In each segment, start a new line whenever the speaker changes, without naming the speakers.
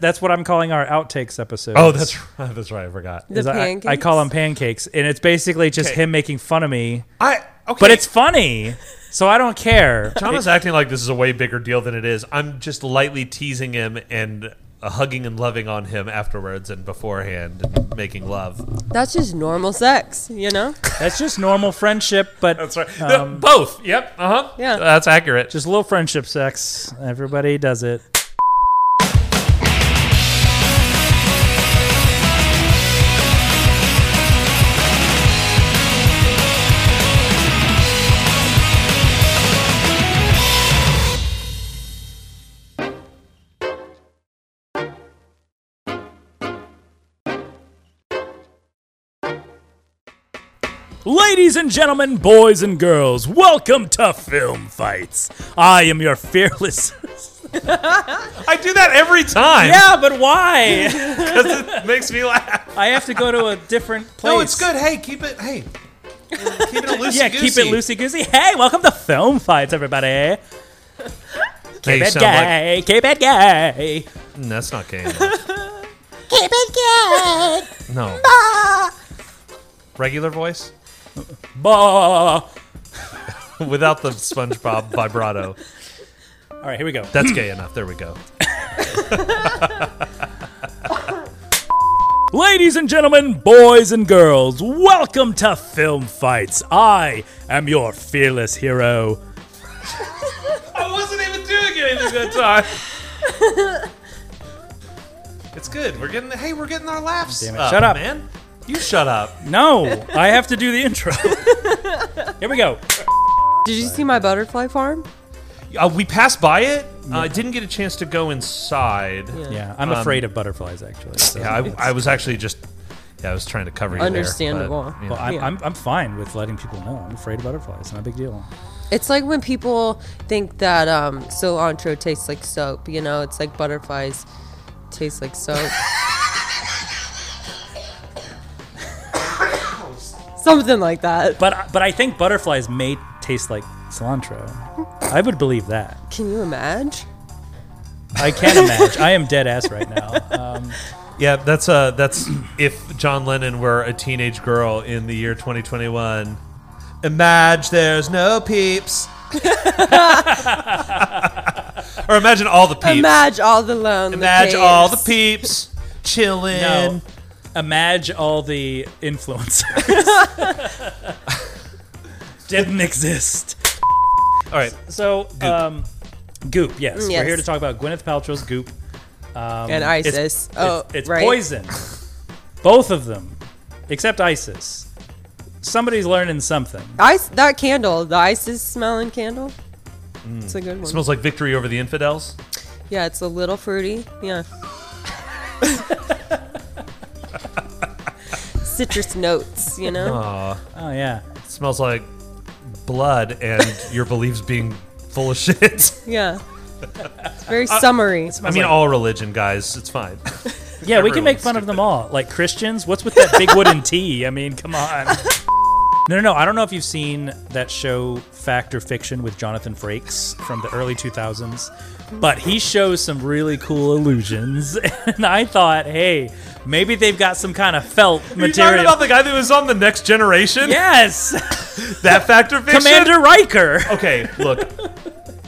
That's what I'm calling our outtakes episode.
Oh, that's right. That's right. I forgot.
Is
The
I, I
pancakes?
call them pancakes, and it's basically just
Okay.
him making fun of me,
I okay,
but it's funny, so I don't care.
Tom is acting like this is a way bigger deal than it is. I'm just lightly teasing him and uh, hugging and loving on him afterwards and beforehand and making love.
That's just normal sex, you know?
That's just normal friendship, but um,
That's right. No, both. Yep. Uh huh.
Yeah.
That's accurate.
just a little friendship sex. Everybody does it. Ladies and gentlemen, boys and girls, welcome to Film Fights. I am your fearless.
I do that every time.
yeah, but why?
Because it makes me laugh.
I have to go to a different place.
No, it's good. Hey, keep it. Hey, keep it loosey.
Yeah, keep it loosey goosey. Hey, welcome to Film Fights, everybody. Keep it gay. keep it gay.
Mm, that's not gay.
Keep it gay!
No. Regular voice
Bah. All
without the SpongeBob vibrato.
right, here we go.
That's gay enough. There we go.
Ladies and gentlemen, boys and girls, welcome to Film Fights. I am your fearless hero.
I wasn't even doing anything that time. it's good. We're getting. Hey, we're getting our laughs.
Damn it. Shut up.
man. You shut up.
No, I have to do the intro. here we go.
Did you see my butterfly farm?
Uh, we passed by it. Uh, I didn't get a chance to go inside. Yeah,
Yeah, I'm afraid of butterflies actually. So.
I, I was actually just. Yeah, I was trying to cover you. there, but,
Understandable.
you know.
Well, I'm,
Yeah.
I'm, I'm fine with letting people know I'm afraid of butterflies. Not a big deal.
It's like when people think that um, cilantro tastes like soap, you know? It's like butterflies taste like soap. Something like that.
But but I think butterflies may taste like cilantro. I would believe that.
Can you imagine?
I can't imagine. I am dead ass right now. Um,
yeah, that's uh, that's if John Lennon were a teenage girl in the year 2021. Imagine there's no peeps. or imagine all the peeps.
Imagine all the lone.
Imagine all the
people.
peeps chilling.
no, imagine all the influencers didn't exist.
All right.
So, um, Goop. Yes, we're
Yes.
here to talk about Gwyneth Paltrow's Goop.
and
It's-
ISIS. oh,
it's, it's
right?
poison. Both of them, except ISIS. Somebody's learning something.
Ice that candle, the ISIS smelling candle. It's a good one.
Mm. Smells like victory over the infidels.
yeah, it's a little fruity. Yeah. Citrus notes, you know.
Oh yeah.
smells like blood and your beliefs being full of shit.
Yeah. It's very summary.
Uh, I mean, all religion, guys. It's fine.
Yeah, we can make
Everyone's
fun of them all. Like Christians, what's with that big wooden tee? I mean, come on. No, no, no. I don't know if you've seen that show Fact or Fiction with Jonathan Frakes from the early 2000s, but he shows some really cool illusions. And I thought, hey, maybe they've got some kind of felt
You talking
material.
about the guy that was on the Next Generation?
yes,
That Factor Fiction.
Commander Riker.
Okay, look.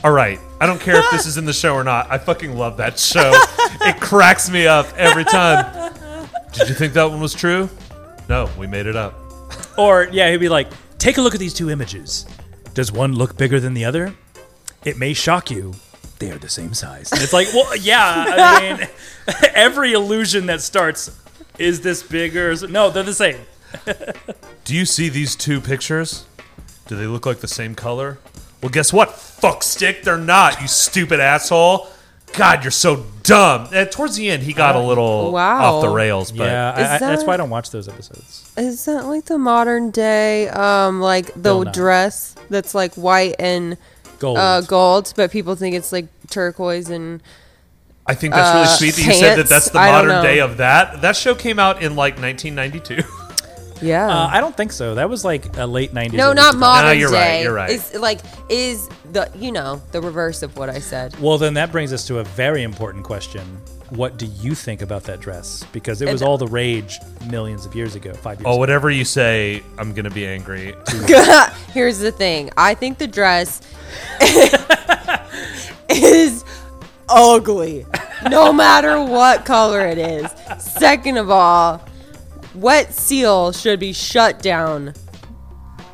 All right. I don't care if this is in the show or not. I fucking love that show. it cracks me up every time. Did you think that one was true? No, we made it up.
Or, yeah, he'd be like, take a look at these two images. Does one look bigger than the other? It may shock you. They are the same size. And it's like, well, yeah, I mean, every illusion that starts is this bigger? Is, no, they're the same.
Do you see these two pictures? Do they look like the same color? Well, guess what? Fuck stick, they're not, you stupid asshole. God, you're so dumb. And towards the end, he got a little
Uh, Wow.
off the rails, but
yeah, I,
Is
I, that's
that-
why I don't watch those episodes.
Is that like the modern day, um, like the
Bill Nye.
dress that's like white and
Gold.
uh, gold, but people think it's like turquoise and
I think that's really
Uh,
sweet that you said that
pants?
that's the
I don't
modern
know.
day of that. That show came out in like 1992.
yeah.
Uh, I don't think so. That was like a late 90s.
No,
early
not
2000s.
modern
No, you're right,
day.
you're right.
Is like is the you know the reverse of what I said.
Well, then that brings us to a very important question. what do you think about that dress? Because it was
And-
all the rage millions of years ago, five years
Oh,
ago.
whatever you say, I'm gonna be angry.
Here's the thing. I think the dress is ugly, no matter what color it is. Second of all, wet seal should be shut down.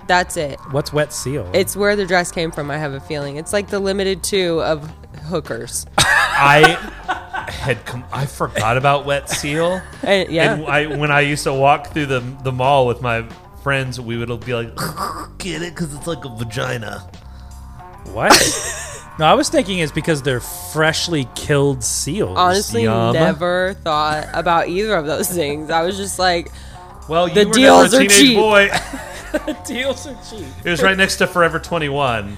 That's it.
What's wet seal?
It's where the dress came from. I have a feeling. It's like the limited two of hookers.
I had com- I forgot about wet seal.
And, yeah.
And I, when I used to walk through the the mall with my friends, we would be like, "Get it? Because it's like a vagina."
what? no, I was thinking it's because they're freshly killed seals.
Honestly,
Yum.
never thought about either of those things. I was just like,
Well, you
The
were
deals
never
are
a teenage
cheap.
boy.
deals are cheap.
It was right next to Forever Twenty One.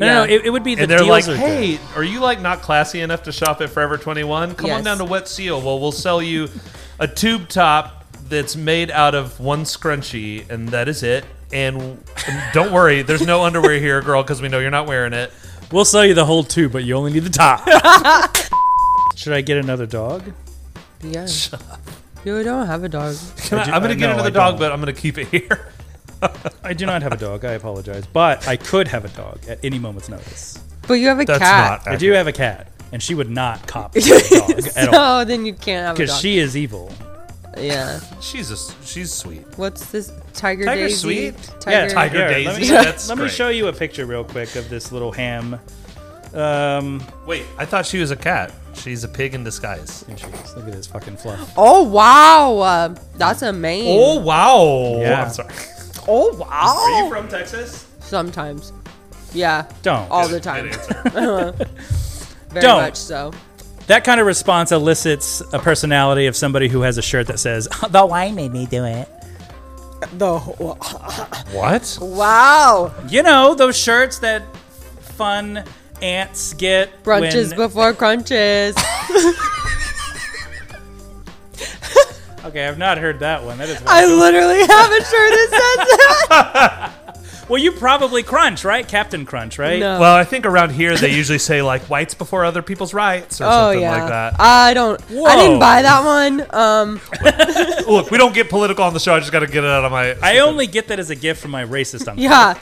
No,
Yeah.
no, it, it would be the
and they're
deals
like,
are good.
"Hey, are you like not classy enough to shop at Forever 21? Come on
Yes.
down to Wet Seal. Well, we'll sell you a tube top that's made out of one scrunchie, and that is it. And and don't worry, there's no underwear here, girl, because we know you're not wearing it.
we'll sell you the whole tube, but you only need the top. Should I get another dog?
yeah. You don't have a dog.
Can uh,
I
I,
do-
am gonna
I-
get
no,
another
I
dog,
don't.
but I'm gonna keep it here.
I do not have a dog. I apologize, but I could have a dog at any moment's notice.
But you have a
That's
cat.
not.
I do have a cat, and she would not cop to a dog at all
so then you can't have a
because
dog.
she is evil.
yeah.
She's a, s- she's sweet.
What's this? Tiger,
Tiger
Daisy?
Sweet?
Tiger.
yeah,
Tiger
here, Let,
Daisy,
me,
that's
let me
great.
show you a picture real quick of this little ham. Um,
Wait, I thought she was a cat. She's a pig in disguise.
here she is. Look at this fucking fluff.
Oh wow, uh, that's amazing.
Oh wow!
Yeah.
I'm sorry.
Oh
Are you
wow.
from Texas?
Sometimes, yeah,
Don't.
all the time.
Good answer.
Very
Don't.
much so.
That kind of response elicits a personality of somebody who has a shirt that says, "The wine made me do it."
The
what?
wow
You know those shirts that fun ants get
brunches
when-
before crunches.
Okay, I've not heard that one. That is.
I literally have a shirt that says that.
well, you probably crunch, right? Captain Crunch, right?
No.
Well, I think around here they usually say like whites before other people's rights or
Oh
something
yeah,
like that.
I don't. I
Whoa.
didn't buy that one. Um,
Look, we don't get political on the show. I just got to get it out of my.
I only get that as a gift from my racist uncle.
yeah.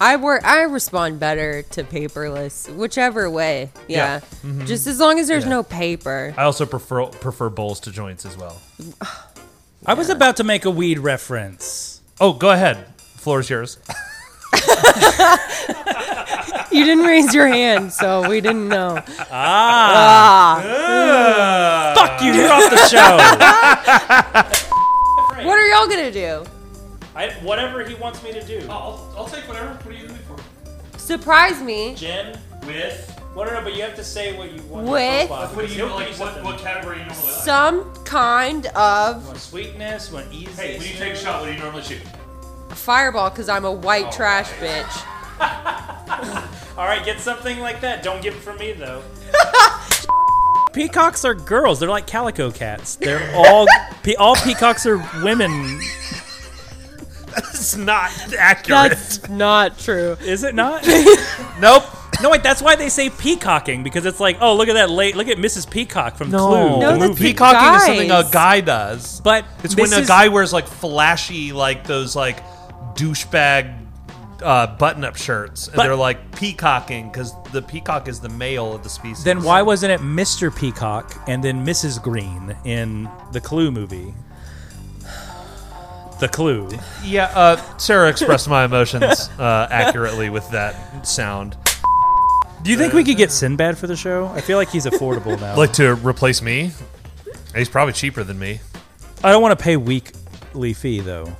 I work. I respond better to paperless, whichever way.
Yeah.
Yeah, just as long as there's
Yeah.
no paper.
I also prefer prefer bowls to joints as well.
I was about to make a weed reference.
Oh, go ahead. Floor is yours.
You didn't raise your hand, so we didn't know.
Ah.
Ah.
Fuck you! You're off the show.
What are y'all gonna do?
I, whatever he wants me to do.
I'll, I'll take whatever. What are you looking for?
Surprise me.
Gin with. Well, no, no, but you have to say what you want.
With-
What do you like? What,
category you normally like?
Some kind of
sweetness? What easy?
a shot, what do you normally shoot?
fireball because I'm a white trash bitch.
All right, get something like that. Don't get it from me though. peacocks are girls. They're like calico cats. They're all pe- all peacocks are women.
It's not accurate.
That's not true.
Is it not?
nope.
No, wait. That's why they say peacocking because it's like, oh, look at that late. Look at Mus's Peacock from Clue.
No,
the
that's
movie.
Peacocking is something a
Guys.
guy does.
But
It's
this
when a
is-
guy wears like flashy, like those like douchebag uh, button-up shirts, and
But-
they're like peacocking because the peacock is the male of the species.
Then why wasn't it Mr. Peacock and then Mrs. Green in the Clue movie? The Clue.
Yeah, uh, Sarah expressed my emotions uh, accurately with that sound.
Do you think we could get Sinbad for the show? I feel like he's affordable now.
Like to replace me? He's probably cheaper than me.
I don't want to pay weekly fee though.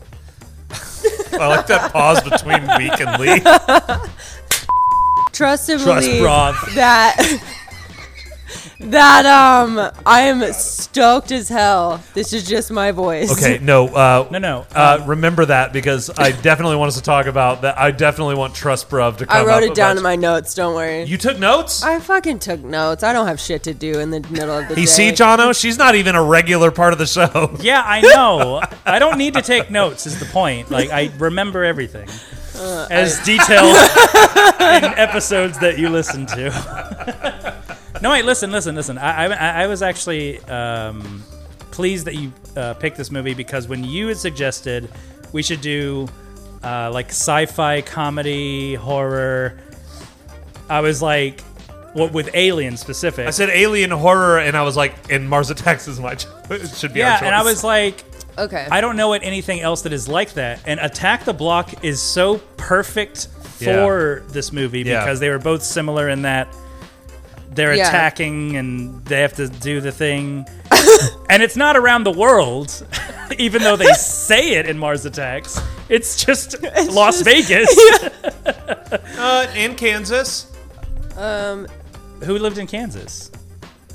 I like that pause between week and leak.
Trust and
Trust
believe
broth.
that that um I am stoked as hell. This is just my voice.
Okay, no, uh,
No, no.
Um,
Uh, remember that because I definitely want us to talk about that. I definitely want Trust Bruv to come.
I wrote
up
it down in
about-
my notes. Don't worry.
You took notes.
I fucking took notes. I don't have shit to do in the middle of the
You
day.
see, Jono, she's not even a regular part of the show.
Yeah, I know. I don't need to take notes. Is the point? Like I remember everything as detailed in episodes that you listen to. No, wait, listen, listen, listen. I, I, I was actually um, pleased that you uh, picked this movie because when you had suggested we should do uh, like sci fi, comedy, horror, I was like, what with Alien specific?
I said alien horror, and I was like, and Mars Attacks is my choice. should be our
yeah,
choice.
and I was like,
Okay.
I don't know at anything else that is like that. And Attack the Block is so perfect
Yeah.
for this movie
Yeah.
because they were both similar in that they're
Yeah.
attacking and they have to do the thing. and it's not around the world, even though they say it in Mars Attacks. It's just Las Vegas.
uh, in Kansas.
um,
Who lived in Kansas?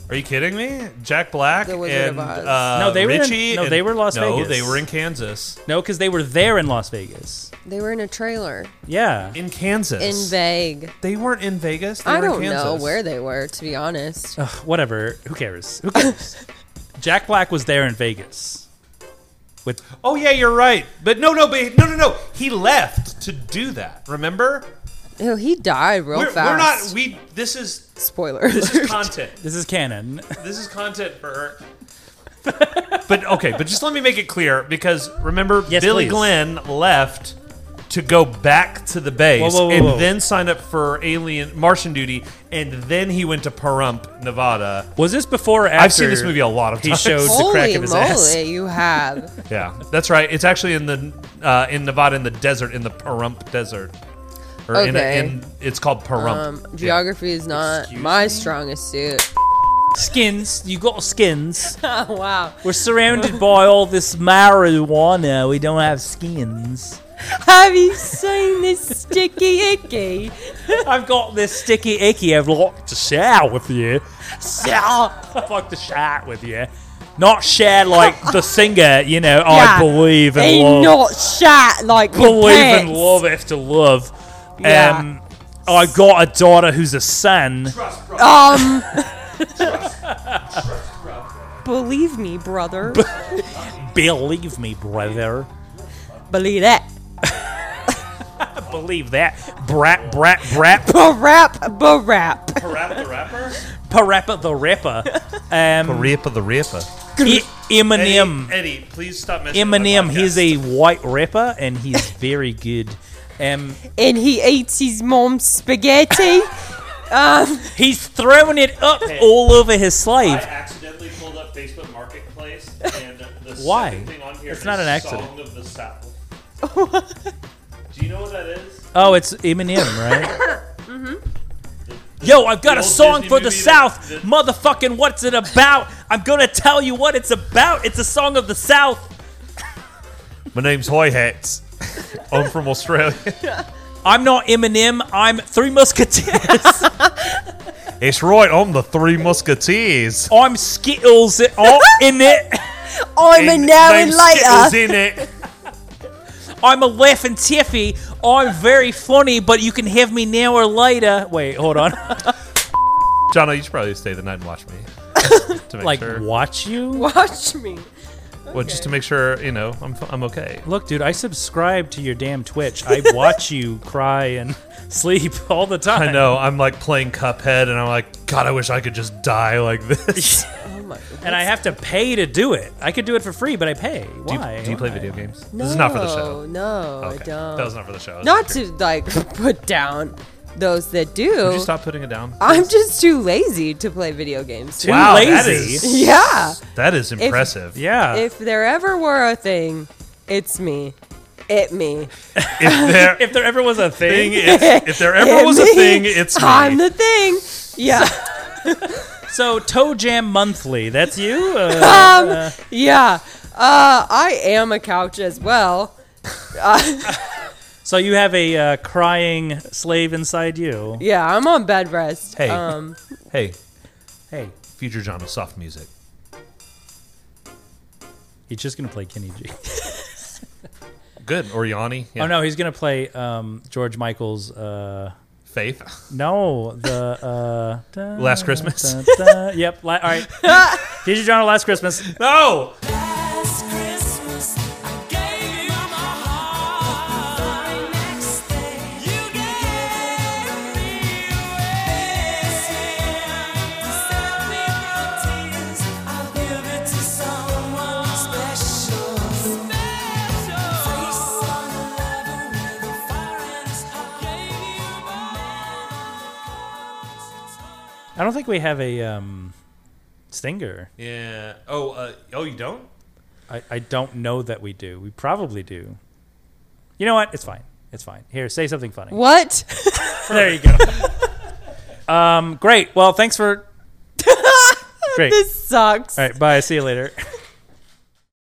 Are you kidding me? Jack Black
The Wizard
and
of Oz.
uh,
No, they were in-
Richie.
no,
and-
they were Las
no,
Vegas.
they were in Kansas.
No, because they were there in Las Vegas.
they were in a trailer
Yeah.
In Kansas.
in vague.
they weren't in Vegas. They
I
were in
don't know
Kansas.
where they were, to be honest.
Ugh, whatever. Who cares? Who cares? Jack Black was there in Vegas. With
Oh yeah, you're right. But no, no, but no, no, no. He left to do that. Remember?
Oh, he died real
We're, we're not.
fast.
We. This is
Spoiler
this is
alert.
content.
This is canon.
This is content for her. but okay, but just let me make it clear because remember,
Yes,
Billy
please.
Glenn left to go back to the base
Whoa, whoa, whoa,
and
whoa.
then sign up for alien Martian duty, and then he went to Pahrump, Nevada.
Was this before or after?
I've seen this movie a lot of
he
times.
showed the crack
Holy
of his
moly,
ass.
you have.
Yeah, that's right. It's actually in the uh, in Nevada in the desert in the Pahrump Desert, or in, a,
Okay.
in it's called Pahrump.
Um, geography is not
Excuse
my strongest suit.
Skins, you got skins.
oh, wow.
We're surrounded by all this marijuana. We don't have skins.
Have you seen this sticky icky?
I've got this sticky icky. I've locked to share with you. Share. I've locked to share with you. Not share like the singer, you know. I
Yeah.
believe in
Ain't
love.
not shat like your
believe in
pants.
love after love.
Yeah.
Um, I got a daughter who's a son.
Um. Believe me, brother.
Believe me, brother.
Believe that.
Believe that. Brat, brat, brat.
Barap, barap.
Parappa the rapper,
Parappa the rapper. Um,
Parappa the rapper.
E- Eminem.
Eddie, please stop messing with my
Eminem, he's
podcast.
a white rapper and he's very good. Um,
And he eats his mom's spaghetti. um,
he's throwing it up all over his sleeve.
accidentally pulled up Facebook Marketplace, and the
Why? second thing on here It's not is an accident. Song
of the South. Do you know what that is?
Oh, it's Eminem, right? Yo, I've got
the
a
old
song
Disney
for the
movie that-
South.
that-
Motherfucking, what's it about? I'm gonna tell you what it's about. It's a song of the South.
My name's Hoy Hats. I'm from Australia.
I'm not Eminem. I'm Three Musketeers.
It's right. I'm the Three Musketeers.
I'm Skittles. i in it.
I'm a
And
now and
name's Skittles
later.
in it.
I'm a laughing Tiffy. I'm very funny, but you can have me now or later. Wait, hold on.
Jono, you should probably stay the night and watch me. To make
like
sure.
watch you.
Watch me.
Well, just to make sure, you know, I'm, I'm okay.
Look, dude, I subscribe to your damn Twitch. I watch you cry and sleep all the time.
I know. I'm like playing Cuphead, and I'm like, God, I wish I could just die like this.
Oh my.
and I have to pay to do it. I could do it for free, but I pay.
do you,
Why?
do you play
Why?
video games?
No,
This is not for the show.
No, I
Okay.
don't.
That was not for the show.
not to like put down those that
Would
do.
you stop putting it down?
I'm just too lazy to play video games.
Too
Wow,
lazy.
that is-
Yeah.
That is impressive.
Yeah.
If there ever were a thing, it's me. It me.
If there
If there ever was a
thing,
thing,
it's, if there ever
It
was a
me.
thing, it's
I'm
me.
the thing. Yeah.
so Toe Jam Monthly, that's you. Uh,
Um, yeah. Uh, I am a couch as well.
so you have a uh, crying slave inside you.
Yeah, I'm on bed rest.
Hey.
Um,
hey,
Hey,
future John of soft music.
he's just gonna play Kenny G.
Good or Yanni? Yeah.
Oh no, he's gonna play um, George Michael's. Uh,
Faith.
no, the uh, da-
Last Christmas.
da- da- yep. La- all right. Here's your John Last Christmas.
No.
Last Christmas, I gave you my heart. next day, you gave it away.
I don't think we have a um, stinger.
Yeah. Oh, uh, oh, you don't?
I, I don't know that we do. We probably do. You know what? It's fine. It's fine. Here, say something funny.
What?
There you go. um, great. Well, thanks for. Great.
this sucks.
All right. Bye. See you later.